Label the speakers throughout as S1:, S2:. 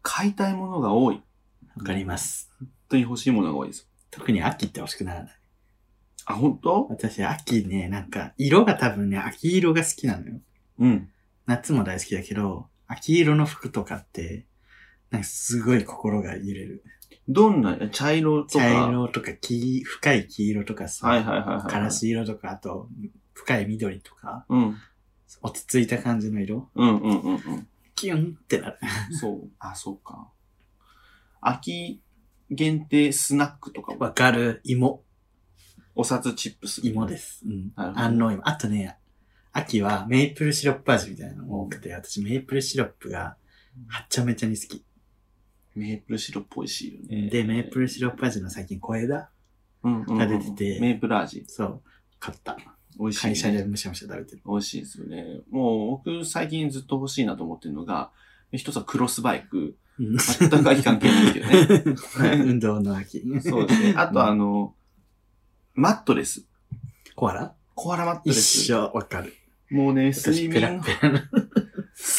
S1: 買いたいものが多い。
S2: わかります。
S1: 本当に欲しいものが多いです。
S2: 特に秋って欲しくならない。
S1: あ、本当
S2: 私、秋ね、なんか、色が多分ね、秋色が好きなのよ。
S1: うん。
S2: 夏も大好きだけど、秋色の服とかって、なんかすごい心が揺れる。
S1: どんな、茶色とか。
S2: 茶色とか黄、深い黄色とかさ、
S1: はいはいはいはい。
S2: カラ。シ色とか、あと、深い緑とか、
S1: うん。
S2: 落ち着いた感じの色
S1: うんうんうんうん。
S2: キュンってなる。
S1: そう。あ、そうか。秋限定スナックとかも。
S2: わかる芋。
S1: お札チップス。
S2: 芋です。うん。
S1: なるほど
S2: 安納芋。あとね、秋はメープルシロップ味みたいなのが多くて、私メープルシロップがはっちゃめちゃに好き。
S1: メープルシロップ美味しいよね。
S2: で、メープルシロップ味の最近小枝
S1: うんうんうん
S2: が出てて
S1: メープル味。
S2: そう。買った。
S1: 美味しい、ね。
S2: 会社でむしゃむしゃ食べてる。
S1: 美味しいですよね。もう僕最近ずっと欲しいなと思ってるのが、一つはクロスバイ ク。
S2: うん
S1: 全く秋関係ないけど ね。
S2: 運動の秋。
S1: そう ですね。あとあの、マットレス。
S2: コアラ
S1: コアラマットレ
S2: 一
S1: ス。
S2: 緒、わかる。
S1: もうね、
S2: 私
S1: 睡
S2: ペラ
S1: 眠の
S2: ッ、ペラ。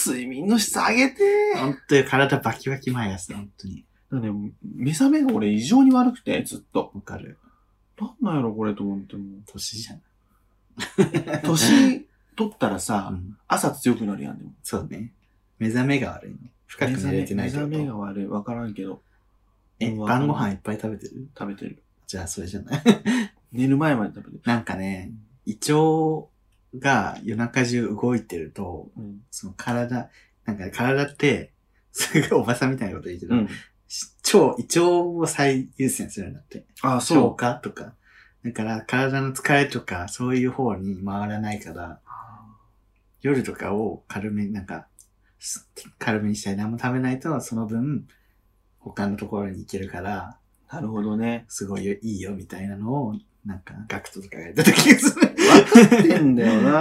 S1: 睡眠の質上げてー
S2: 本当に体バキバキ前やす、本当に。
S1: だからね、目覚めが俺異常に悪くて、ずっと。
S2: わかる。
S1: なんなんやろこれと思って も。
S2: 年じゃない。
S1: 年取ったら
S2: う
S1: さ、
S2: ん。
S1: 朝強くなるやん、でも。
S2: そうね。目覚めが悪いの。深く
S1: 目
S2: 寝
S1: 覚
S2: れ
S1: め
S2: てないってこ
S1: 目覚め
S2: と。
S1: が悪い。わからんけど、
S2: え、
S1: わかんない
S2: 晩ご飯いっぱい食べてる
S1: 食べてる。
S2: じゃあ、それじゃない。
S1: 寝る前まで食べてる。
S2: なんかね、胃腸が夜中中動いてると、
S1: うん。
S2: その体、なんかね体って、すごいおばさんみたいなこと言うけど、
S1: うん。
S2: 腸、胃腸を最優先するんだって。
S1: あ、そ
S2: 消
S1: う。
S2: 化とか。だから、体の疲れとか、そういう方に回らないから、夜とかを軽めになんか、す軽めにしたり、何も食べないと、その分、他のところに行けるから、
S1: なるほどね。
S2: すごいよいいよ、みたいなのを、なんか、ガクトとかが言った時でする。
S1: 分かってんだよな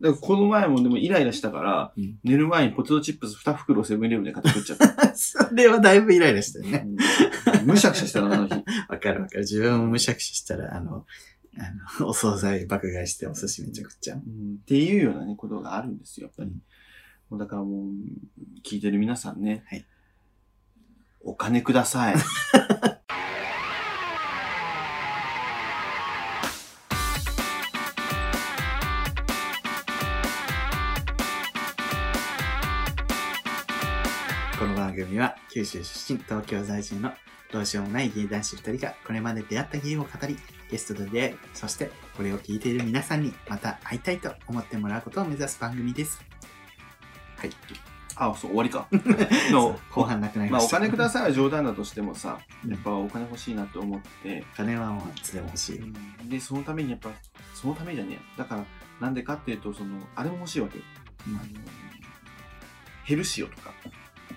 S1: だからこの前もでもイライラしたから、
S2: うん
S1: 寝る前にポテトチップス2袋セブンイレブンで買って食っちゃった。
S2: それはだいぶイライラしたよね。
S1: うんむしゃくしゃしたな、あの 日。
S2: わかるわかる。自分もむしゃくしゃしたら、あの、あの、お惣菜爆買いしてお寿司めちゃくちゃ。
S1: うんっていうようなね、ことがあるんですよ、やっぱり。
S2: うん
S1: もうだからもう、聞いてる皆さんね、
S2: はい
S1: お金くだ さい。
S2: この番組は九州出身、東京在住のどうしようもない芸男子2人がこれまで出会った芸を語り、ゲストと出会い、そしてこれを聞いている皆さんにまた会いたいと思ってもらうことを目指す番組です。はい。
S1: あ、そう、終わり か。の
S2: 後半なくなり
S1: ま
S2: ま
S1: あ、お
S2: した。
S1: 金くだ
S2: さ
S1: さいは冗談だとしてもさ、
S2: うん
S1: やっぱお金欲しいなと思って、
S2: い。お金はもういつでも欲しい。
S1: で、そのためにやっぱ、そのためじゃねえ。だから、なんでかっていうと、その、あれも欲しいわけよ。
S2: うん
S1: あのヘルシオとか、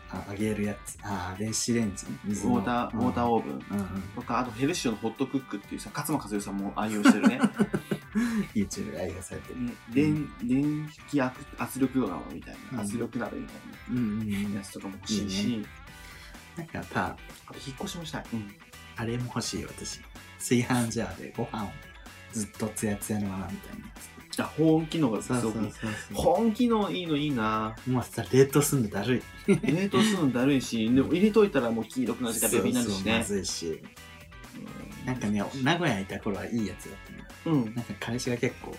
S2: ああげるやつ。ああ、電子レンジ。
S1: ウ
S2: 水の
S1: ォーター、ウォーターオーブン。
S2: うんうん、
S1: とか、あとヘルシオのホットクックっていうさ、勝間和代さんも愛用してる ね。
S2: YouTube で愛用されてる。
S1: 電電気圧圧力釜みたい
S2: うん
S1: な、圧力鍋みたい
S2: うんうんうん
S1: なやつとかも欲しいし、
S2: いなんかさ、
S1: あと引っ越しもしたい。うん
S2: あれも欲しいよ私。炊飯ジャーでご飯をずっとツヤツヤのままみたいなやつ。
S1: あ保温機能がす
S2: そうそ
S1: ご
S2: う
S1: く
S2: そ
S1: いいう
S2: そ
S1: 保温機能いいのいいな
S2: う。もうさ、冷凍すんのだるい。
S1: 冷凍するのだるいし、でも入れといたらもう黄色くなってベビになるしね
S2: そう。そうまずいし。
S1: うん
S2: なんかね、名古屋いた頃はいいやつだったの。
S1: うん。
S2: なんか彼氏が結構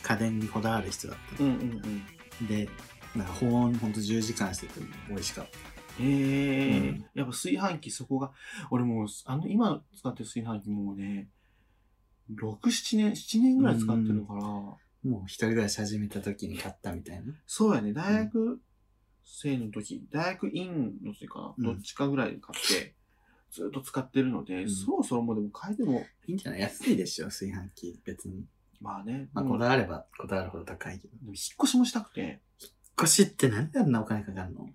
S2: 家電にこだわる人だった
S1: う
S2: の。
S1: んうん
S2: で、なんか保温ほんと10時間してても美味しかった。
S1: うん。へえ、
S2: うん
S1: やっぱ炊飯器そこが、俺もう、あの、今使ってる炊飯器もうね、6、7年、7年ぐらい使ってるから、
S2: もう一人暮らし始めた時に買ったみたいな。
S1: そうやね、大学生の時、大学院の時か
S2: うん
S1: な、どっちかぐらいで買って、ずっと使ってるので、
S2: うん
S1: そろそろもうでも変えても、
S2: いいんじゃない安いでしょ、炊飯器。別に。
S1: まあね、
S2: まあ、
S1: でも
S2: こだわればこだわるほど高いけど。
S1: でも引っ越しもしたくて、
S2: 腰ってなんであんなお金かかるの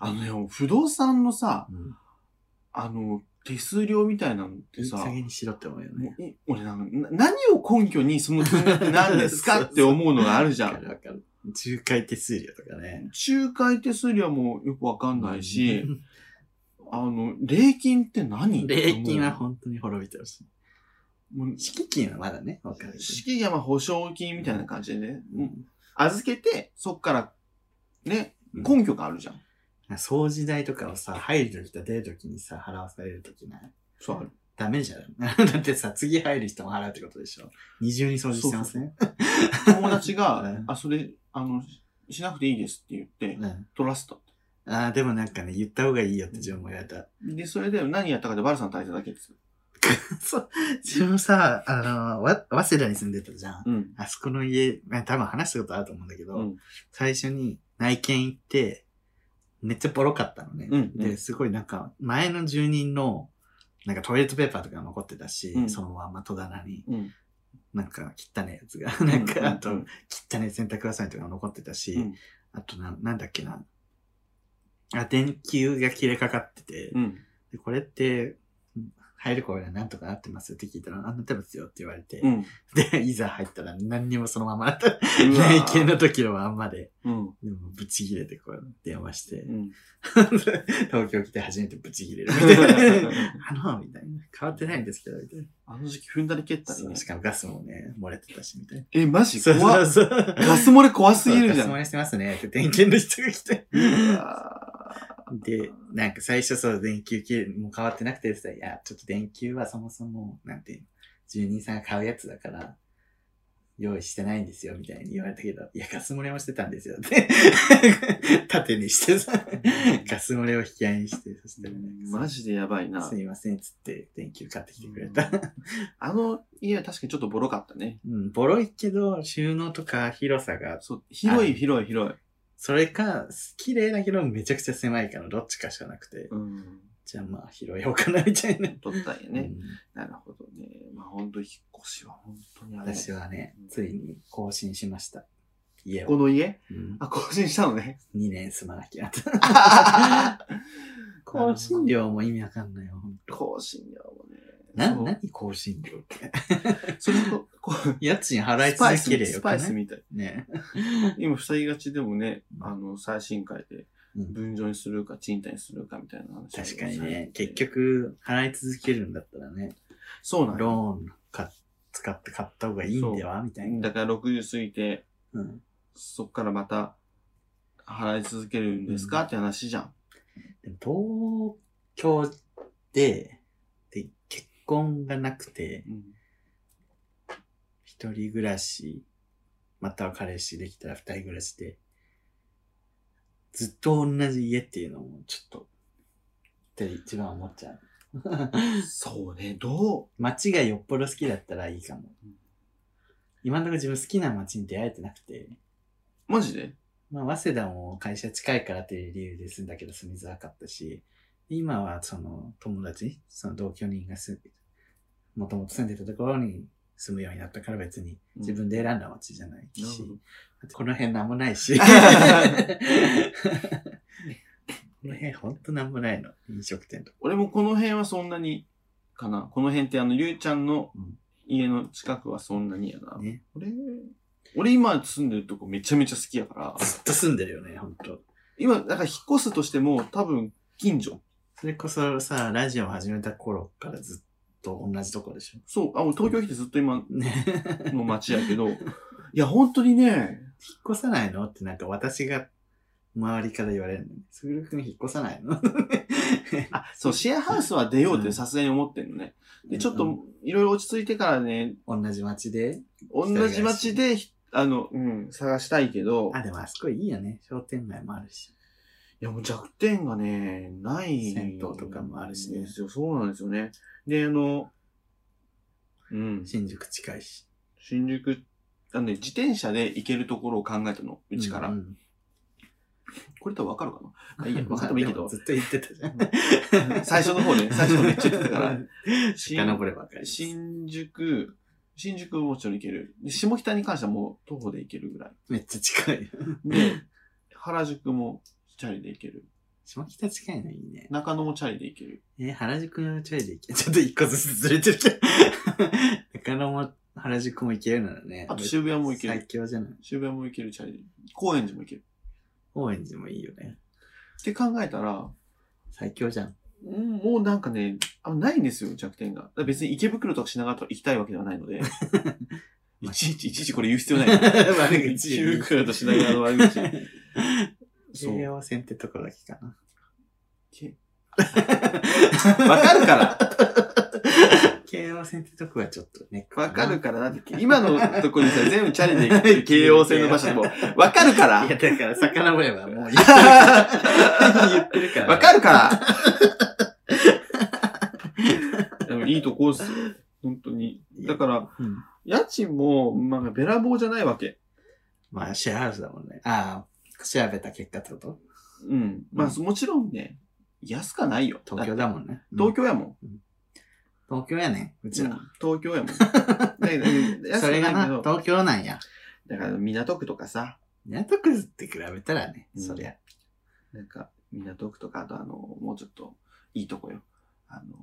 S1: あのね、不動産のさ、
S2: うん。
S1: あの、手数料みたいなのって
S2: いい
S1: さ、
S2: 加
S1: も
S2: 減にしろって思うよね。
S1: うい俺なんか、な何を根拠にその金額なんです かって思うのがあるじゃ
S2: わか
S1: ん。
S2: るわかる。仲介手数料とかね。
S1: 仲介手数料もよくわかんないし、
S2: うん
S1: あの、礼金って何
S2: 礼金は本当に滅びてほしい。
S1: もう
S2: 敷金はまだね、わかるけど。
S1: 敷山保証金みたいな感じでね、
S2: うん
S1: 預けて、そっから、ね、
S2: うん
S1: 根拠があるじゃん。
S2: な掃除代とかをさ、入る時と出る時にさ、払わされる時ない。
S1: そうある。
S2: ダメじゃん。 だってさ、次入る人も払うってことでしょ。二重に掃除してません
S1: 友達 が、
S2: うん
S1: あ、それ、あの、ししなくていいですって言って、
S2: うん。
S1: 取らせた。
S2: ああ、でもなんかね、言った方がいいよって自分も言われ た。
S1: で、それで何やったかでバルさん耐えただけです。
S2: そう。自分さ、あの、わ、早稲田に住んでたじゃん。
S1: うん。
S2: あそこの家、まあ多分話したことあると思うんだけど、
S1: うん。
S2: 最初に内見行って、めっちゃボロかったのね。
S1: うんうん
S2: で、すごいなんか、前の住人の、なんかトイレットペーパーとか残ってたし、
S1: うん
S2: そのまま戸棚に、
S1: うん。
S2: なんか汚いやつが、なん
S1: うん
S2: か、あと
S1: う、ん
S2: 汚い洗濯ばさみとか残ってたし、
S1: うん
S2: あとな、なんだっけな。あ、電球が切れかかってて、
S1: うん。
S2: でこれって、入る頃にはなんとかなってますよって聞いたら、あ、なってますよって言われて、
S1: うん。
S2: で、いざ入ったら何にもそのままだった。
S1: うわ
S2: 内見の時のまんまで、
S1: うん。
S2: でもブチ切れてこう電話して、
S1: うん。
S2: 東京来て初めてブチ切れるみた いな。あの、みたいな。変わってないんですけど、みたいな。
S1: あの時期踏んだり蹴ったり
S2: そう
S1: ね
S2: し。かもガスもね、漏れてたし、みたいな。
S1: え、マジ
S2: そう
S1: 怖
S2: そう
S1: っ。
S2: そう。
S1: ガス漏れ怖すぎるじゃ
S2: ガス漏
S1: ん。
S2: れしてますね。って点検の人が来て。
S1: うわ
S2: で、なんか最初そう、電球切れ、もう変わってなくてさ、いや、ちょっと電球はそもそも、なんていうの、住人さんが買うやつだから、用意してないんですよ、みたいに言われたけど、いや、ガス漏れもしてたんですよ、 って。縦にしてさ、ガス漏れを引き合いにして、そしたらなんか
S1: マジでやばいな
S2: す。いません、つって、電球買ってきてくれた。
S1: あの家は確かにちょっとボロかったね。
S2: うん、ボロいけど、収納とか広さが、
S1: そう、広い広い広い。
S2: それか、綺麗だけど、めちゃくちゃ狭いから、どっちかしかなくて、
S1: うん。
S2: じゃあまあ、広いようかな、みたいな。
S1: 取ったんや
S2: う
S1: ね。
S2: ん
S1: なるほどね。まあ本当引っ越しは本当にあれ。
S2: 私はね
S1: うん、
S2: ついに更新しました。家
S1: こ
S2: を。
S1: の家
S2: うん
S1: あ、更新したの ね。
S2: 2年住まなきゃ。
S1: 更
S2: 更
S1: 新
S2: 新
S1: 料
S2: 料も意味わかんないよ。
S1: 更新料もね。
S2: な、
S1: そう
S2: なに更新料って。
S1: それと、こう、
S2: 家賃払い
S1: スパイ
S2: 続
S1: ス
S2: け
S1: み、
S2: れよ。
S1: スパイスみたい。
S2: ね。
S1: 今、塞ぎがちでもね、
S2: うん
S1: あの、最新回で、
S2: うん
S1: 分譲にするか、賃貸にするかみたいな話。
S2: 確かにね。結。局、払い続けるんだったらね、
S1: そうなんだよ。
S2: ローンか使って買った方がいいんではみたいな。
S1: だから60過ぎて、
S2: うん
S1: そっからまた、払い続けるんですか、
S2: うん
S1: って話じゃん。
S2: でも東京で、で、結婚がなくて、
S1: うん。
S2: 一人暮らし、または彼氏できたら二人暮らしで、ずっと同じ家っていうのもちょっと、って一番思っちゃう。
S1: そうね、ど
S2: 街がよっぽど好きだったらいいかも
S1: うん。
S2: 今のところ自分好きな街に出会えてなくて、
S1: うマジで
S2: まあ、早稲田も会社近いからっていう理由で住んだけど住みづらかったし、今はその友達、その同居人が住んで、もともと住んでたところに住むようになったから別に自分で選んだ街じゃないし、
S1: なるほど。
S2: この辺なんもな いし。こ の辺ほんとなんもないの。飲食店とか。
S1: 俺もこの辺はそんなに、かな。この辺ってあの、ゆうちゃんの
S2: うん
S1: 家の近くはそんなにやな。
S2: ね。
S1: 俺、俺今住んでるとこめちゃめちゃ好きやから、
S2: ずっと住んでるよね、ほんと。
S1: 今、なんか引っ越すとしても多分近所。
S2: それこそさ、ラジオ始めた頃からずっと同じとこでし
S1: そう、あ、俺東京来てずっと今
S2: ょ。 ね。
S1: の街やけ ど、いや、本当にね、
S2: 引っ越さないのってなんか私が周りから言われるのに。すぐるくん引っ越さないの
S1: あ、そう、シェアハウスは出ようってさすがに思ってんのね。で、ちょっと、いろいろ落ち着いてからね、
S2: 同じ街で。
S1: 同じ街で、あの、うん、探したいけど、
S2: あ、でもあそこいいよね。商店街もあるし。
S1: いや、もう弱点がね、ない。
S2: 銭湯とかもあるしね
S1: ですよ。そうなんですよね。で、あの、うん。
S2: 新宿近いし。
S1: 新宿、あのね、自転車で行けるところを考えたの、うちから。
S2: んん
S1: これ多分わかるか ないや、わかってもいいけ
S2: でも
S1: ど。
S2: ずっと言ってたじゃん。
S1: 最初の方ね、最初めっちゃ言ってたから。新
S2: 遡ればわかる。
S1: 新宿、新宿もちろん行ける。で、下北に関してはもう徒歩で行けるぐ らい。
S2: めっちゃ近い。
S1: で、原宿もチャリで行ける。
S2: 下北近いのいいね。
S1: 中野もチャリで行ける。
S2: えー原宿のチャリで行け。ちょっと一個ずつずれてるけど。中野も原宿も行けるならね。
S1: あと渋谷も行ける
S2: 最強じゃない。
S1: 渋谷も行けるチャリで。高円寺も行ける。
S2: 高円寺もいいよね。
S1: って考えたら、
S2: 最強じゃん。
S1: うんもうなんかね、あないんですよ、弱点が。だから別に池袋とか品川とか行きたいわけではないの で。いちいち、いちいちこれ言う必要ない。
S2: 悪口
S1: 池袋と品川の悪口。そう
S2: 京王線ってとこだけかな。
S1: け
S2: わ
S1: わかるから
S2: 京王線ってとこはちょっとね。
S1: わかるから、だって今のとこにさ、全部チャリで行く 京王線の場所でも、わかるか
S2: い
S1: ら
S2: や、だから、遡ればもう言ってるから。言ってるから。
S1: わかるからでもいいとこっすよ。本当に。だから、
S2: うん
S1: 家賃も、まあ、べらぼうじゃないわけ。
S2: まあ、シェアハウスだもんね。ああ、調べた結果ってこと
S1: うん。まあ、もちろんね、安かないよ。
S2: 東京だもんね。
S1: 東
S2: 京。
S1: 京やもん。
S2: 東京やねん、うちら。
S1: 東京やもん。 だけどうん安
S2: そ
S1: くな
S2: れ
S1: い
S2: が
S1: け
S2: な、
S1: ど、
S2: 東京なんや。
S1: だから港区とかさ、
S2: 港区って比べたらね、
S1: うん
S2: そりゃ。
S1: なんか港区とか、あとあの、もうちょっといいとこよ。あの、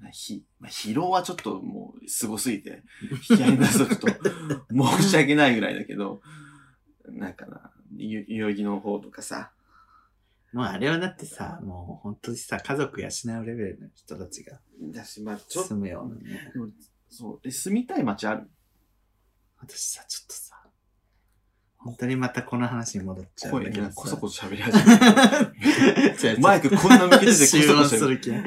S1: なひ、まあ、疲労はちょっともうすごすぎて、引き合いに出す とちょっと申し訳ないぐらいだけど、なんかな、ゆ代々木の方とかさ、
S2: もうあれはだってさ、もう本当にさ、家族養うレベルの人たちが
S1: だし、まあちょっと
S2: 住、むようなね。
S1: そう、え住みたい街ある
S2: 私さ、ちょっとさ、本当にまたこの話に戻っちゃうん
S1: 声
S2: だけ
S1: が
S2: ど
S1: こそ
S2: さ。
S1: こそ喋り始めた。 マイクこんな向けててこそ
S2: 集
S1: こ
S2: 音
S1: そ
S2: す
S1: 喋る。
S2: る気ない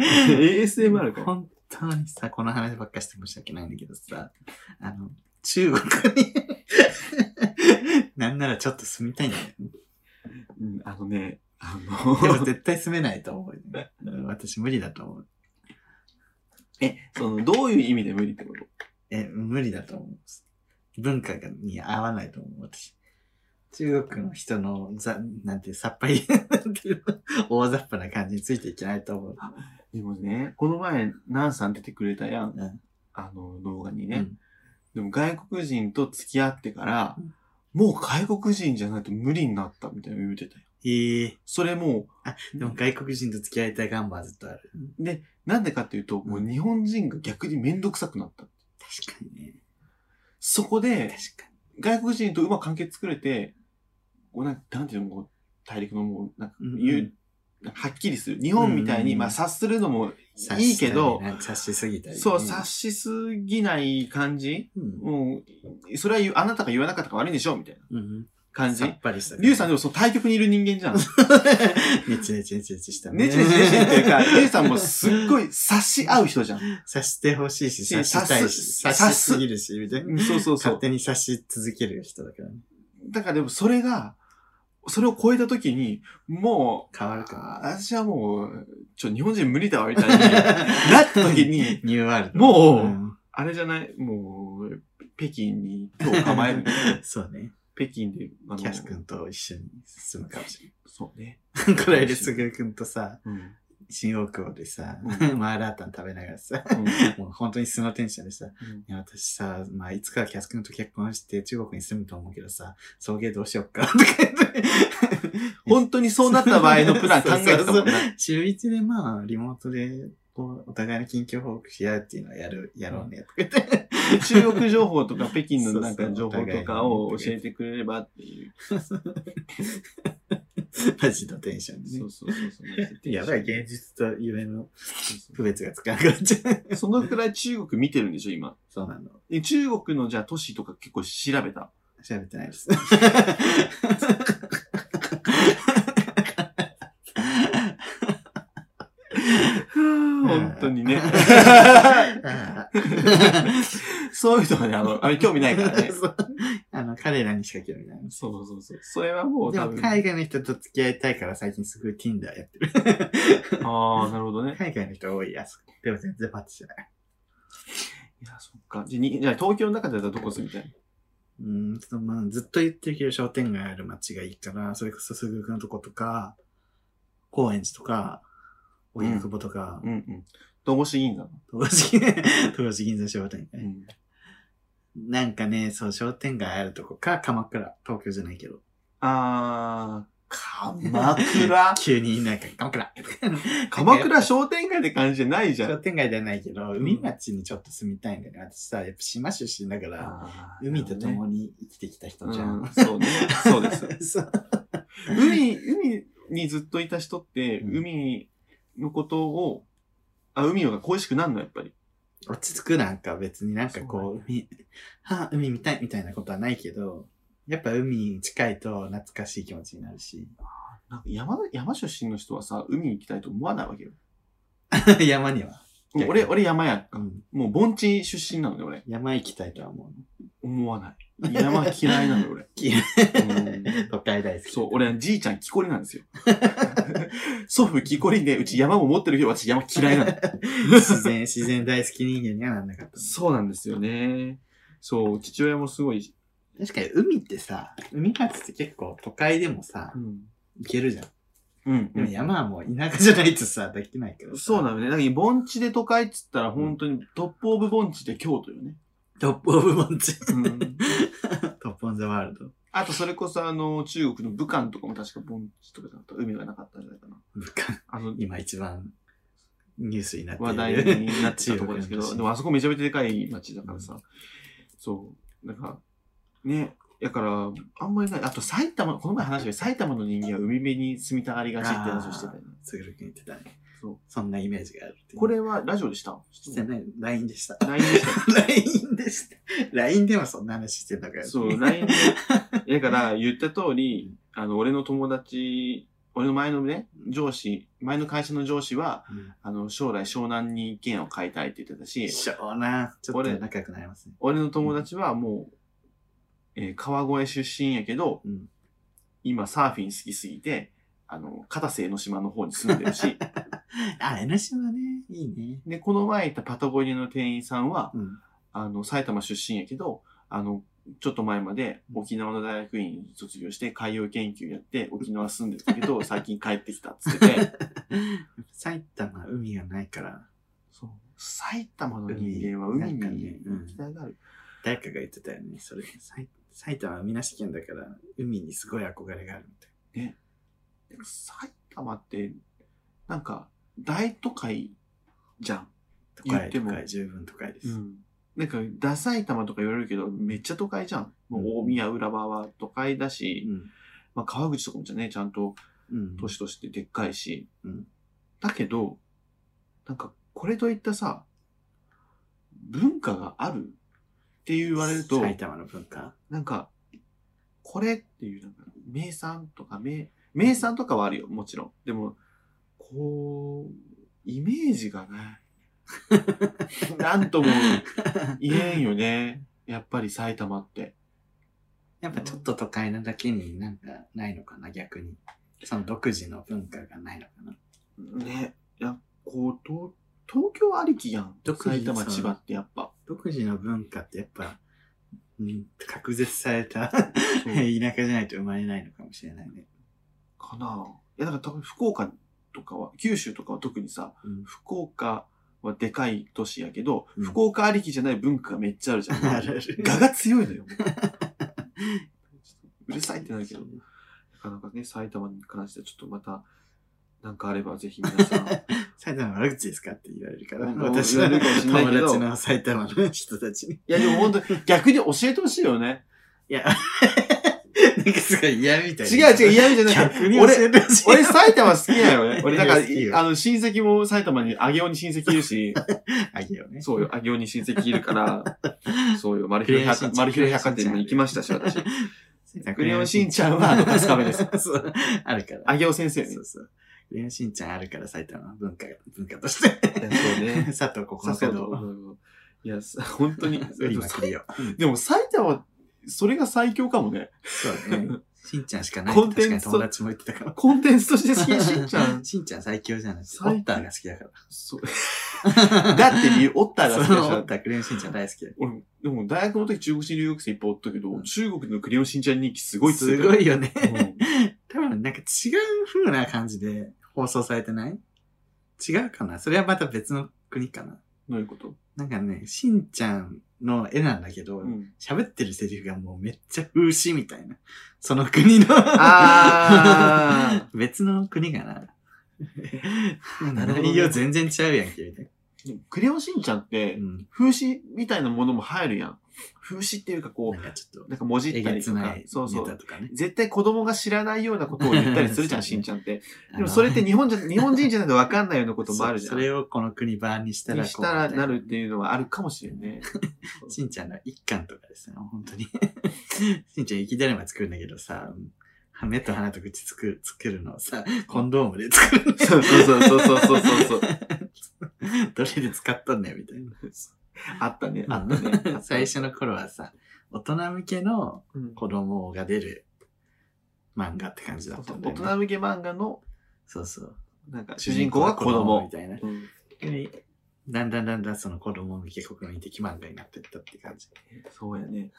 S1: ASMR か。
S2: 本当にさ、この話ばっかして申し訳ないんだけどさ、あの、中国に、なんならちょっと住みたいんだよ。
S1: うん、あのね、あ
S2: でも
S1: の、
S2: 絶対住めないと思う。うん私無理だと思う。
S1: え、その、どういう意味で無理ってこと
S2: え、無理だと思う。文化がに合わないと思う、私。中国の人の、ざ、なんて、さっぱり、なんていうの、大雑把な感じについていけないと思う。
S1: でもね、この前、ナンさん出てくれたやん。
S2: うん
S1: あの、動画に
S2: う
S1: ね。
S2: ん
S1: でも外国人と付き合ってから
S2: うん、
S1: もう外国人じゃないと無理になったみたいなの言うてたよ。
S2: へえ
S1: それも
S2: でも外国人と付き合いたい願望はずっとある。
S1: う、で、なんでかっていうと、もう日本人が逆にめんどくさくなった。
S2: 確かにね。
S1: そこ
S2: 確
S1: で、
S2: か
S1: 外国人とうまく関係作れて、こうなんかなんていうの、こう大陸のもう、なんか
S2: うんうん
S1: 言う、なんかはっきりする。日本みたい
S2: うんう
S1: に、
S2: ん
S1: まあ察するのも
S2: に。
S1: いいけど、
S2: 察したりね察しすぎたりね。
S1: そう、察しすぎない感じ
S2: うん
S1: もう、それは言うあなたが言わなかったから悪いんでしょみたいな
S2: うん。
S1: 感
S2: さ
S1: じ
S2: っ。ぱりした。
S1: リュウさんで
S2: も。
S1: もその対局にいる人間 じゃん。
S2: ねちねちねちねちした
S1: ねちねちねちってい うか、リュウさんもすっごい察し合う人じゃん。
S2: 察してほしいし、
S1: し
S2: 察したいし、
S1: 察す
S2: 察しすぎるし、みたいな。
S1: うんそうそうそ
S2: 勝
S1: う。
S2: 手に察し続ける人だからね。
S1: だからでもそれが、それを超えた時に、もう、
S2: 変わる
S1: あ
S2: か
S1: 私はもう、ちょ、日本人無理だわ、みたいに、 なった時に、
S2: ニューワールド。
S1: もうんあれじゃないもう、北京に今日構 える。
S2: そうね。
S1: 北京で、あの
S2: キャス君と一緒に進むかもしれ
S1: そうね。
S2: ない。この間、すぐ君とさ、
S1: うん。うん
S2: 新大久保でさ、
S1: う
S2: マーラータン食べながら さ、もう本当に素のテンションでさ、いや私さ、まあ、いつかキャス君と結婚して中国に住むと思うけどさ、送迎どうしよっか、とか言って。
S1: 本当にそうなった場合のプラン考えてたもん
S2: そうそう
S1: な。
S2: 週一でまあ、リモートで、こう、お互いの近況報告し合うっていうのはやる、やろうね、とか言って。
S1: 中国情報とか北京のなん
S2: そ
S1: か
S2: うそう
S1: 情報とかを教えてくれればっていう。
S2: マジのテンションに
S1: そ
S2: ね
S1: う。そうそうそう。
S2: やばい、現実と夢の
S1: そう
S2: 区別がつかなくなっちゃう。
S1: そうそのくらい中国見てるんでしょ、今。
S2: そうなの。
S1: で中国のじゃあ都市とか結構調べた。
S2: 調べてないです。
S1: 本当 にね。
S2: あ
S1: そういうのはね、 あの、あれ興味ないから
S2: ー
S1: ね。
S2: そうあの、彼らにしか興味ないです。
S1: そうそうそう。それはもう
S2: で
S1: 多
S2: も
S1: 分。
S2: 海外の人と付き合いたいから最近すごい Tinder やってる。
S1: ああ、なるほどね。
S2: 海外の人多いやつ。でも全然パッチじゃない。
S1: いや、そっか。じゃあにじゃあ東京の中だったらどこ住みたい。
S2: うん、ちょっとまあずっと言ってるけど商店街ある街がいいから、それこそすぐくのとことか、高円寺とか、荻窪とか
S1: う、んうん。戸越銀座の。
S2: 東京 東京銀座商店
S1: う
S2: 街。
S1: ん。
S2: なんかね、そう、商店街あるとこか、鎌倉。東京じゃないけど。
S1: あー、鎌倉。
S2: 急になんか、鎌倉
S1: 鎌倉商店街って感じじゃないじゃ
S2: 商
S1: ん。
S2: 店街じゃないけど、海町にちょっと住みたいんだよね。私さ、やっぱ島出身だから、海と共
S1: に。
S2: に生きてきた人
S1: う
S2: じゃん
S1: ん。そうね。そうです。
S2: そう。
S1: 海、海にずっといた人って、
S2: うん
S1: 海のことを、あ、海が恋しくなるの、やっぱり。
S2: 落ち着くなんか別になんかこ
S1: そう
S2: う、海、はあ、海見たいみたいなことはないけど、やっぱ海に近いと懐かしい気持ちになるし、
S1: なんか山だ、山出身の人はさ、海に行きたいと思わないわけよ。
S2: 山には。
S1: もう俺、俺山やん
S2: う
S1: か。
S2: ん。
S1: もう盆地出身なので俺。
S2: 山行きたいとは思うの。
S1: 思わない。山嫌いなの 俺。
S2: 嫌い
S1: うん
S2: 都会大好き。
S1: そう、俺、じいちゃん木こりなんですよ。祖父木こりで、うち山も持ってるけど、私山嫌いなの。
S2: 自然、自然大好き人間にはなんなかった。
S1: そうなんですよね。そう、父親もすごい、
S2: 確かに海ってさ、海かつって結構都会でもさ
S1: う、ん。
S2: 行けるじゃん。
S1: うん、
S2: でも山はもう田舎じゃないとさ、できないけど。
S1: そう
S2: な。
S1: なのね。だから盆地で都会っつったら、本当にトップオブ盆地で京都よね。
S2: トップオブモンチ。
S1: うん。
S2: トップオンザワールド。
S1: あと、それこそ、あの、中国の武漢とかも確か盆地とかだった。海がなかったんじゃないかな。
S2: 武漢。
S1: あの、
S2: 今一番ニュースになっている。
S1: 話題になってたところですけど、 で
S2: 中国の都
S1: もあそこめちゃめちゃでかい町だからさ、そう、なんか、ね、だから、あんまりない、あと埼玉、この前話したけど、埼玉の人間は海辺に住みたがりがちって話をしてたよね。
S2: 市すぐるくん言ってたね。
S1: そう
S2: そんなイメージがあるっていう。
S1: これはラジオでした
S2: してない。LINE でした。
S1: LINE でし
S2: LINE でした。LINE でもそんな話してたから。
S1: た。 そう、LINE で。だから、言った通り、あの、俺の友達、俺の前のね、上司、前の会社の上司は、
S2: うん。
S1: あの、将来湘南に県を買いたいって言ってたし、
S2: しょうな。ちょっと
S1: 俺
S2: 仲良くなりますね。
S1: 俺の友達はもう、えー川越出身やけど、
S2: うん
S1: 今サーフィン好きすぎて、あの、片瀬江ノ島の方に住んでる し、
S2: あ、江ノ島ね。いいね。
S1: で、この前行ったパタゴニアの店員さんは、
S2: うん。
S1: あの、埼玉出身やけど、あの、ちょっと前まで沖縄の大学院卒業して海洋研究やって沖縄住んでたけ ど、最近帰ってきたっつってて、
S2: 埼玉、海がないから、
S1: そう埼玉の人間は海に
S2: なんかねうん
S1: 行きたがる。
S2: 誰かが言ってたよね。それ、埼埼玉はみなし県だから、海にすごい憧れがあるみたい
S1: でも埼玉って、なんか、大都会じゃん。
S2: な。
S1: 言っ
S2: 都
S1: て
S2: 会、
S1: も
S2: 都会、十分都会です。
S1: うんなんか、ダサい玉とか言われるけど、めっちゃ都会じゃん。もう大宮、浦和は都会だし、
S2: うん。
S1: まあ川口とかもじゃね、ちゃんと
S2: うん。
S1: 都市としてでっかいし。
S2: うん
S1: だけど、なんか、これといったさ、文化があるって言われると、
S2: 埼玉の文化
S1: なんか、これっていう、なんか、名産とか、名、名産とかはあるよ、もちろん。でも、こう、イメージがね、なんとも言えんよね。やっぱり埼玉って。
S2: やっぱちょっと都会なだけになんかないのかな、逆に。その独自の文化がないのかな。
S1: ね。いや、こう、東東京ありきやん。
S2: 特に
S1: 埼玉、
S2: そう
S1: 千葉ってやっぱ。
S2: 独自の文化ってやっぱ、うん、隔絶された
S1: そ
S2: 田
S1: う
S2: 舎じゃないと生まれないのかもしれないね。
S1: かないや、だから多分福岡とかは、九州とかは特にさ、
S2: うん、
S1: 福岡はでかい都市やけど、
S2: うん
S1: 福岡ありきじゃない文化がめっちゃあるじゃん。
S2: あるある
S1: 画が強いの よ。もううるさいってなるけど、なかなかね、埼玉に関してはちょっとまた、なんかあればぜひ皆 さん、
S2: 埼玉の悪口ですかって言われるから、
S1: うん
S2: 私
S1: 言
S2: の
S1: われるか
S2: 友
S1: もしれないけど
S2: 達の埼玉の人たちに。い
S1: いやでも本当に逆に教えてほしいよね。
S2: や、なんかすごい嫌みたい
S1: 違う違う、
S2: う。
S1: 嫌味じゃない。
S2: 逆に教えてほしい。
S1: 俺埼玉好きなよね。 俺だか
S2: いや好きよ
S1: ら、あの親戚も埼玉に、上尾に親戚いる し、
S2: あげようね。
S1: そうよ、上尾に親戚いるから、そうよ、マルヒ
S2: ク
S1: ロ
S2: レヨンしんちゃん
S1: 百貨店も行きましたし、 私。
S2: ク
S1: クレヨンしんちゃんは あの春日部です。
S2: そう。あるから。
S1: 上尾先生ね
S2: そ。うそう。クレヨンしんちゃんあるから埼玉の文化が、文化として。
S1: そうね。
S2: 佐藤ここの
S1: そうそう
S2: 角。
S1: いや、さ 本 当に。
S2: 今切りよ。
S1: でも埼玉、それが最強かもね。
S2: そうだね。しんちゃんしかない。
S1: コン
S2: 確
S1: テ
S2: か
S1: ン
S2: に
S1: ツ
S2: 友達も言ってたから。
S1: コンテンツとして好き、しんちゃん。
S2: しんちゃん最強じゃない。オ
S1: 最強
S2: ッターが好きだから。
S1: そう
S2: だ
S1: だって理由、おったら好き
S2: そ
S1: でし
S2: のオッ
S1: ょ。
S2: ター、クレヨンしんちゃん大好きだよ。
S1: 俺、でも大学の時中国人留学生いっぱいおったけど、
S2: うん
S1: 中国のクレヨンしんちゃん人気す
S2: す
S1: ごい
S2: す
S1: 強
S2: ごいよね。
S1: うん
S2: 多分なんか違う風な感じで放送されてない違うかなそれはまた別の国かな
S1: どういうこと
S2: なんかね、しんちゃんの絵なんだけど、
S1: うん。
S2: 喋ってるセリフがもうめっちゃ風刺みたいな。その国の。
S1: あ
S2: 別の国が な。
S1: なるほどね
S2: 内容全然違うやんけ、みたい
S1: クレヨンしんちゃんって
S2: な。う、ん。
S1: 風刺みたいなものも入るやん。風刺っていうかこ
S2: なんかちょ
S1: う、
S2: っと、
S1: なんかもじ
S2: え
S1: った
S2: げ
S1: り
S2: つ
S1: と
S2: な
S1: か
S2: いネ、
S1: そうそう
S2: タ。とかね。
S1: 絶対子供が知らないようなことを言ったりす るじゃん、
S2: そう
S1: し
S2: ね
S1: んちゃんって。
S2: あ
S1: でも
S2: の
S1: それって日本じゃ、 日本人じゃないと分かんないようなこともあるじゃん。
S2: そそれをこの国版にしたら
S1: にしたらなるって
S2: う。
S1: いうのはあるかもしれん ね。
S2: しんちゃんの一巻とかですね、本当に。 しんちゃん雪だるま作るんだけどさ、目と鼻と口作る作るのをさ、コンドームで作る。
S1: そうそうそうそうそうそうそう。
S2: どれで使っとんねんみたいな。
S1: あったね、あったね。あった
S2: 最。初の頃はさ、大人向けの
S1: うん
S2: 子供が出る漫画って感じだったんだ
S1: 大
S2: よ
S1: 人
S2: ね。
S1: 向け漫画の、
S2: そうそう。
S1: なんか主人公は子供
S2: み。たいな。
S1: うん
S2: でだんだんだんだんその子供向け国民的漫画になってったって感じ。。
S1: そうやね。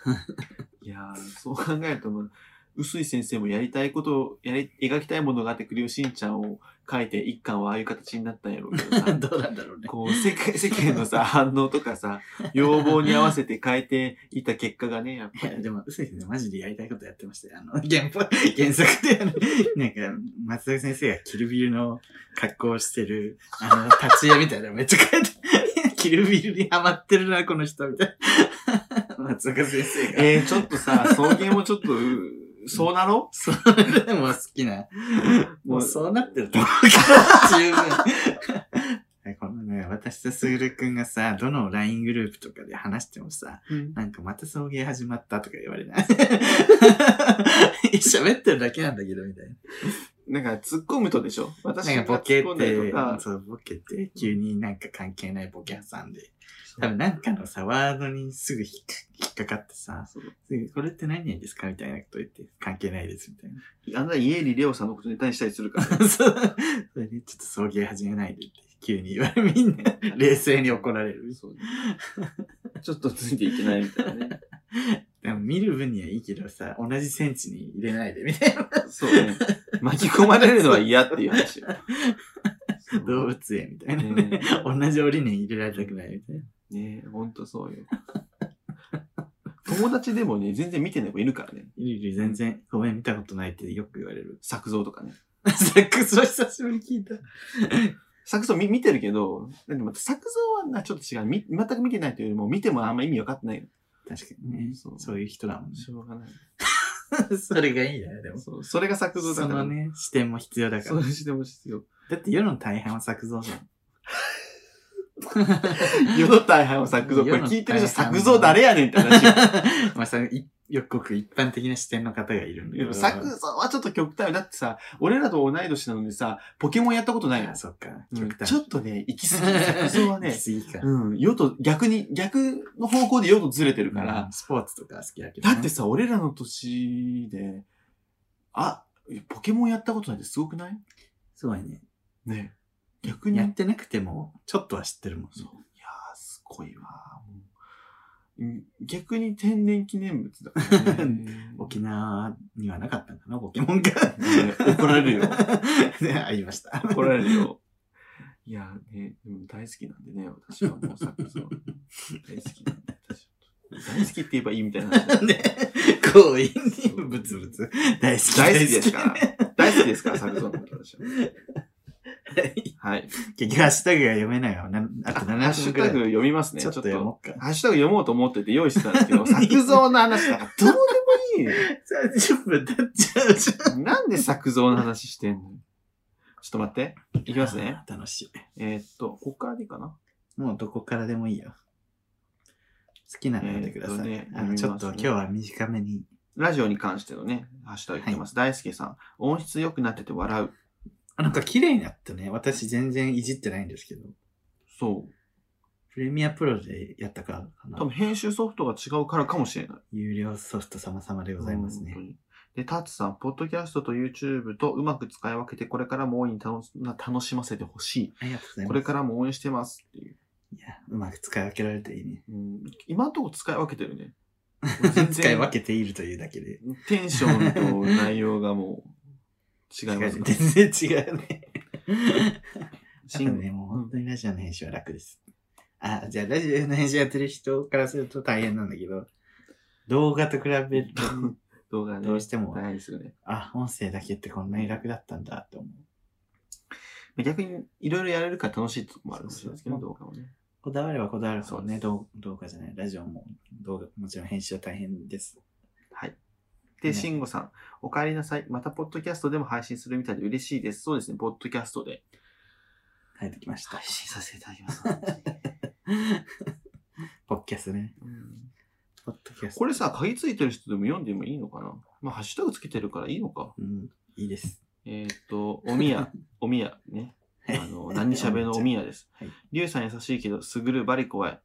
S1: いやー、そう考えると、まあ臼井先生もやりたいことを、やり、描きたいものがあって、クリオしんちゃんを書いて、一巻はああいう形になったんやろうけ どさ
S2: どうなんだろうね。
S1: こう世界世間のさ反応とかさ要望に合わせて変えていった結果がねやっ
S2: い
S1: ぱ
S2: や、
S1: り
S2: でも、うすいね、マジでやりたいことやってましたよ。あの、原本、原作で、あの なんか、松田先生がキルビルの格好をしてる、あ の、立ち絵みたいなのめっちゃ書いて、 キルビルにハマってるな、この人、みたいな。 松岡先生が。
S1: えー、ちょっとさ送迎もちょっとうそうなの
S2: そう、でも好きな。もうそうなってると思う から、十分。このね、私とすぐるくんがさ、どの LINE グループとかで話してもさ、なんかまた送迎始まったとか言われない。 喋ってるだけなんだけど、みたいな。
S1: なんか突っ込むとでしょ私
S2: なん
S1: が
S2: かボ
S1: 突っ
S2: ケっ
S1: 込んだり
S2: て
S1: とか、
S2: そう、ボケて、急になんか関係ないボケ挟んで、多分なんかのさ、ワードにすぐ引っか引っかかってさ、
S1: そう
S2: すぐこれって何々ですかみたいなこと言って、関係ないです、みたいな。
S1: あんな家にレオさんのことネタにしたりするから、
S2: そう。それでちょっと送迎始めないでって急に言われみんな 冷静に怒られる。
S1: そうちょっとついていけないみたいなね
S2: でも見る分にはいいけどさ、同じセンチに入れないでみたいな。
S1: そうね巻き込まれるのは嫌っていう話よそう
S2: 動物園みたいなね
S1: ね。
S2: 同じ折りに入れられたくないみたいな。
S1: ねえほんとそうよ友達でもね全然見てない子いるからね
S2: ゆりゆり全然ごめん見たことないってよく言われる。
S1: 作造とかね
S2: サックスは久しぶりに聞いた。
S1: 作像見見てるけど、でも作像はなちょっと違う。み全く見てないというよりも、見てもあんま意味分かってないよ。
S2: 確かにね。
S1: そ
S2: そうういう人だもん
S1: しょうがない。
S2: ね。それがいいな、でも。
S1: そうそれが作像だ
S2: そ
S1: から。
S2: のね、視点も必要だか
S1: そ
S2: ら
S1: う。してほしいよ。
S2: だって世の大半は作造 じゃん。
S1: 世の大半は作像。これ
S2: 世の大半
S1: 聞いてる人、作像誰やねんって話。
S2: まあ、そのいよくごく一般的な視点の方がいるんだ
S1: で
S2: けど。
S1: も作像はちょっと極端よだってさ、俺らと同い年なのにさ、ポケモンやったことないよ
S2: あ、。そっか。
S1: うん
S2: 極端。
S1: ちょっとね、行き過ぎ。 作像はね
S2: 行、き過ぎか。
S1: うん、世と、逆に、逆の方向で世とずれてる
S2: だ
S1: か
S2: からら、、スポーツとか好きだけど、
S1: だって、さ、俺らの年で、あ、ポケモンやったことないってすごくない
S2: すごいね。
S1: ね逆に。
S2: やってなくても、ちょっとは知ってるもん、ね。
S1: そう。いやー、すごいわー。もううん逆に天然記念物だからね
S2: 沖縄にはなかったんかな、ポケモンが。
S1: ね怒られるよ。
S2: ね、ありました。
S1: 怒られるよ。いやーね、でも大好きなんでね、私はもう作像。大好きなんで、私は大好きって言えばいいみたいな話。
S2: ね、こういうブツブツ。大好き。
S1: 大好きですから。大好きですから、作像のこと私は。はい。
S2: 結局、ハッシュタグが読めないわ。なあと
S1: ハッシュ
S2: 7分くら
S1: タ
S2: い。
S1: グ読みますね。
S2: ちょっと読もうか。
S1: ハッシュタグ読もうと思ってて用意してたんですけ ど、作像の話だからどうでもいいよ。
S2: 30分経っちゃうじゃん。
S1: なんで作像の話してんのちょっと待って。いきますね。
S2: あー。楽しい。
S1: えーっと、ここからでいいかな
S2: もうどこからでもいいよ。好きなの読んでください。
S1: えーとね
S2: あのちょっと
S1: 読みますね
S2: 今日は短めに。
S1: ラジオに関してのね、ハッシュタグ言ってます。大輔さん、音質良くなってて笑う。
S2: あなんか綺麗になったね。私全然いじってないんですけど。
S1: そ
S2: プレミアプロでやったからか
S1: う。多分
S2: な。
S1: 編集ソフトが違うからかもしれない。
S2: 有料ソフト様々でございますね
S1: 本当。に。で、タッツさん、ポッドキャストと YouTube とうまく使い分けて、これからも大いに楽しな楽しませてほし
S2: ありがとうござ
S1: い。
S2: います。
S1: これからも応援してますっていう。
S2: いや、うまく使い分けられていいね。
S1: うん、今のところ使い分けてるね。 全然
S2: 使い分けているというだけで。
S1: テンションと内容がもう違います
S2: 違
S1: か
S2: う
S1: ら。
S2: 全然違うね。 あと
S1: 新
S2: ね、もう本当にラジオの編集は楽です。あ、じゃあラジオの編集やってる人からすると大変なんだけど、動画と比べると
S1: 動画ね。
S2: どうしても
S1: 大変ですよね。
S2: あ、音声だけってこんなに楽だったんだって思う。
S1: 逆にいろいろやれるから楽しいとこもあるかもしれないですけど、
S2: そう
S1: 動画もね。
S2: こだわればこだわるほ
S1: そ
S2: ど
S1: うで
S2: ね、
S1: す
S2: 動動画じゃない、ラジオも、動画、もちろん編集は大変です。
S1: はい。で、
S2: ね
S1: しんごさん、お帰りなさい。また、ポッドキャストでも配信するみたいで嬉しいです。そうですね、ポッドキャストで
S2: 入ってきました。
S1: 信させていただきます。本当に
S2: ポッキャスね。
S1: うん
S2: ポッドキャスト。
S1: これさ、鍵ついてる人でも読んでもいいのかなまあ、ハッシュタグつけてるからいいのか。
S2: うん、いいです。
S1: えーっと、おみ や、おみや、ね。
S2: はい
S1: あの、何しゃべのおみやです
S2: はい。
S1: りゅうさん優しいけど、すぐるばり 怖い。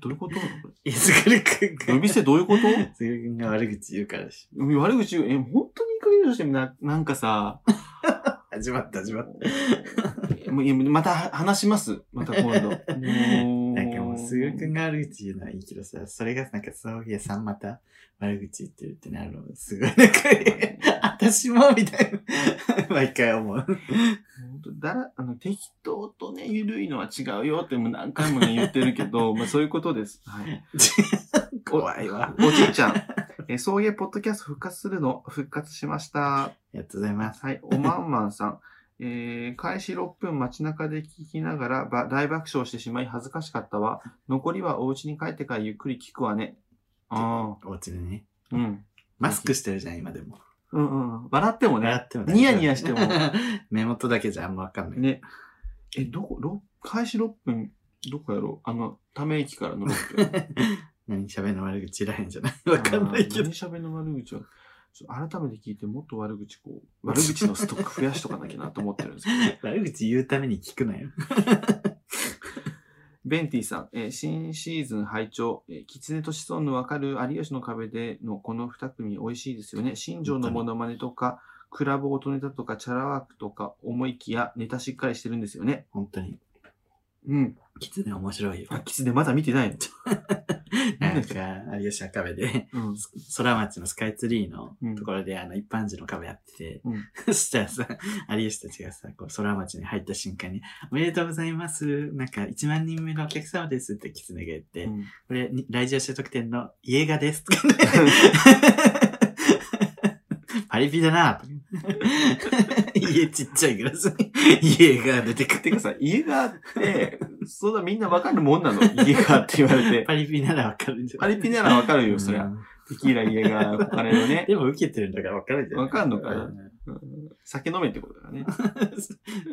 S1: どういうことなのこれ
S2: え、すぐるくん
S1: 呼び捨てどういうこと
S2: すぐるくんが悪口言うからし。
S1: 悪口言う、え、本当にいい加減にしてな、なんかさ、
S2: 始まった、始まった。
S1: もういやまた話します。また今度。も
S2: なんかもう、すぐるくんが悪口言うのはいいけどさ、それがなんか、そういやさんまた悪口言ってるってなるの、すごい、なんか、私も、みたいな、毎回思う。
S1: 本当だらあの適当とね、ゆるいのは違うよってもう何回もね、言ってるけ ど、まあそういうことです。はい。
S2: 怖いわ。
S1: おじいちゃん、えそういうポッドキャスト復活するの復活しました。
S2: ありがとうございます。
S1: はい。おまんまんさん。えー開始6分街中で聞きながらば大爆笑してしまい恥ずかしかったわ。残りはお家に帰ってからゆっくり聞くわね。あ
S2: お家でね。
S1: あ。うん。
S2: マスクしてるじゃん、今でも。
S1: うんうん。笑ってもね。
S2: 笑っても
S1: ニヤニヤしても。
S2: 目元だけじゃあんまわかん ない。
S1: ね。え、どこ、ろ開始6分、どこやろうあの、ため息からの6分。
S2: 何喋るの悪口らへんじゃない わかんないけ
S1: あー
S2: ど。
S1: 何喋りの悪口は、ちょっと改めて聞いて、もっと悪口こう、悪口のストック増やしとかなきゃなと思ってるんですけど。
S2: 悪口言うために聞くなよ。
S1: ベンティさん、えー新シーズン拝聴、えー、キツネと子孫のわかる有吉の壁でのこの2組美味しいですよね。新庄のモノマネとか、クラブ音ネタとか、チャラワークとか、思いきやネタしっかりしてるんですよね。
S2: 本当に。
S1: うん。
S2: キツネ面 白いよ。
S1: あ、キツネまだ見てないの。
S2: なんか、有吉の壁で、
S1: うん。
S2: 空町のスカイツリーの
S1: うん
S2: ところで、あの、一般人の壁やってて、
S1: うん
S2: そしたらさ、有吉たちがさ、こう、空町に入った瞬間に、おめでとうございます。なんか、1万人目のお客様ですってキツネが言って、
S1: うん
S2: これ、に来場者特典の家 がですとかね。パリピだな とか家ちっちゃいグラス に家が出てく
S1: て
S2: る
S1: か。さ、家があって、そんなみんなわかるもんなの家がって言われて。
S2: パリピならわかるんじゃ
S1: パ
S2: ない
S1: リピならわかる
S2: う
S1: よ、
S2: ん
S1: そりゃ。テキーラ家が、お金のね。
S2: でも受けてるんだからわかるじゃん。
S1: わかんのかよ
S2: う
S1: う
S2: ん
S1: ん酒飲めってことだ からね。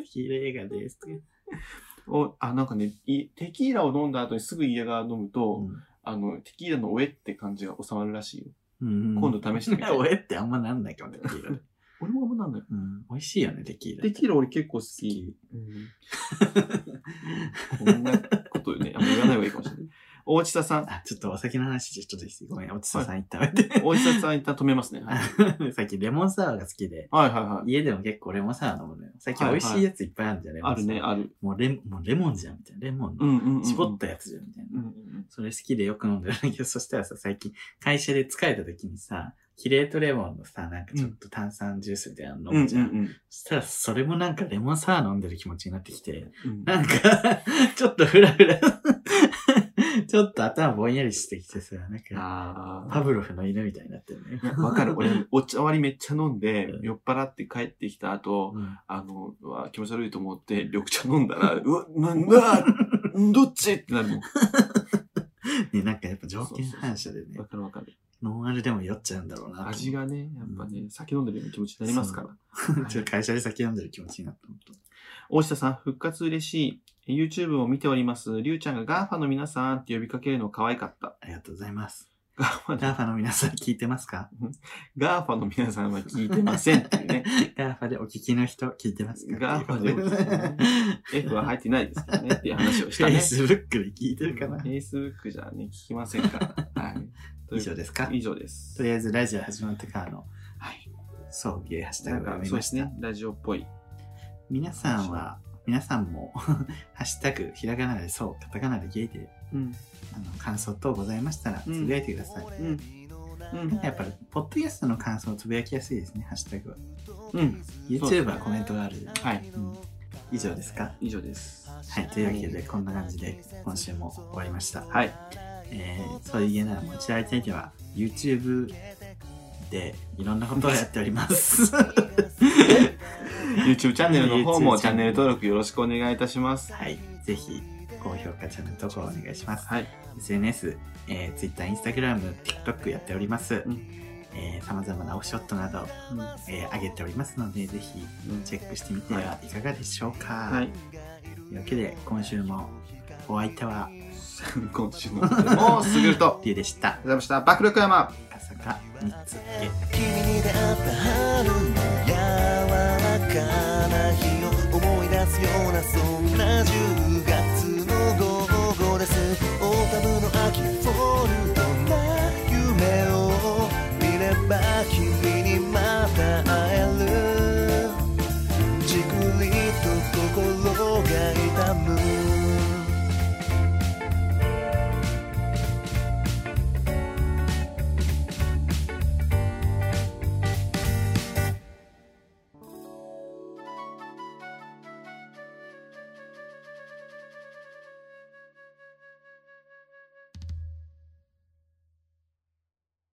S2: ヒーロー映画ですとか。
S1: おあ、なんかね、いテキーラを飲んだ後にすぐ家が飲むと、あの、テキーラのおえって感じが収まるらしいよ。今
S2: 今
S1: 度試してみて
S2: 俺ってあんまなんないかも、テキーラで。
S1: 俺もあんまなんだよ。
S2: うん美味しいよね、テキーラ。
S1: テキーラ俺結構好き。 うん、こんなことね、あんま言わない方がいいかもしれない。大地田さん。
S2: あ、ちょっとお酒の話でちょっとです。ごめん、おちささん行ったわって。
S1: 大地田さん一旦止めますね。はい
S2: さっきレモンサワーが好きで。
S1: はいはいはい。
S2: 家でも結構レモンサワー飲むのよ。最近
S1: はい
S2: 美
S1: はい
S2: 味しいやついっぱいあるじゃん、レモ ン
S1: ある
S2: サワー
S1: ね、ある。
S2: もうレモンもうレモンじゃん、みたいな。レモン
S1: う
S2: の
S1: んうんうんうん。
S2: 絞ったやつじゃん、みたいな。
S1: うんうんうん。
S2: それ好きでよく飲んでるんだけど、 そしたらさ、最近会社で疲れた時にさ、キレートレモンのさ、なんかちょっと炭酸ジュースみたいなの飲むじゃん。
S1: うんうんうん
S2: そしたら、それもなんかレモンサワー飲んでる気持ちになってきて、
S1: うん
S2: なんか、ちょっとフラフラ、 ちょっと頭ぼんやりしてきてさ、なんか、
S1: あ
S2: パブロフの犬みたいになってるね
S1: ー。いやわかる。俺、お茶割りめっちゃ飲んで
S2: う、ん
S1: 酔っ払って帰ってきた後、
S2: うん
S1: あの、うわ気持ち悪いと思って、緑茶飲んだら、うわ、なんだ、どっちってなるもん。
S2: ね、なんかやっぱ条件反射でね
S1: わ、かるわかる。
S2: ノンアルでも酔っちゃうんだろうなと思って。
S1: 味がね、やっぱね、酒飲んでるような気持ちになりますから。
S2: ちょっと会社で酒飲んでる気持ちになった。本当
S1: 大下さん、復活嬉しい。YouTube を見ております。りゅうちゃんが GAFA の皆さんって呼びかけるの可愛かった。
S2: ありがとうございます。
S1: GAFA の
S2: ガーファの皆さん聞いてますか
S1: GAFA の皆さんは聞いてませんっていうね。
S2: ガーファでお聞きの人聞いてますか
S1: ガーファでお聞きの F は入ってないですからねっていう話をしたね。
S2: Facebook で聞いてるかな
S1: Facebook じゃね、聞きませんから。はい。という
S2: 以上ですか
S1: 以上です。
S2: とりあえずラジオ始まってからの、はい、そういうハッシュタ
S1: なん
S2: グが
S1: か
S2: 読
S1: そうで
S2: みまし
S1: す
S2: た。
S1: ね、ラジオっぽい。
S2: 皆さんは、皆さんも、 ハッシュタグ、ひらがなでそう、カタカナでゲイで、
S1: うん。
S2: あの、感想等ございましたら、つ
S1: うん
S2: ぶやいてください。
S1: うん。うん。
S2: やっぱり、ポッドキャストの感想をつぶやきやすいですね、ハッシュタグは。
S1: うん。
S2: YouTube はコメントがある。
S1: はい。
S2: うん以上ですか
S1: 以上です。
S2: はい、というわけでこんな感じで今週も終わりました。
S1: はい。
S2: えー、そういう家なら持ち合いたいでは YouTube でいろんなことをやっており ます。は
S1: YouTube チャンネルの方
S2: YouTube
S1: もチャンネル登録よろしくお願いいたします。
S2: い、ぜひ高評価、チャンネル登録をお願いします。
S1: はい。
S2: SNS、えー、Twitter、Instagram、TikTok やっております。
S1: うん
S2: えー、様々なオフショットなど、
S1: うん
S2: えー、上げておりますので、ぜひ
S1: うん
S2: チェックしてみてはいかがでしょうか。
S1: はい。
S2: というわけで、今週もお相手は、
S1: 今週も、もうすぐると、ありがとう
S2: リュウでした。
S1: ございました。爆力山
S2: 赤坂三つ家。
S3: 君に出会った春の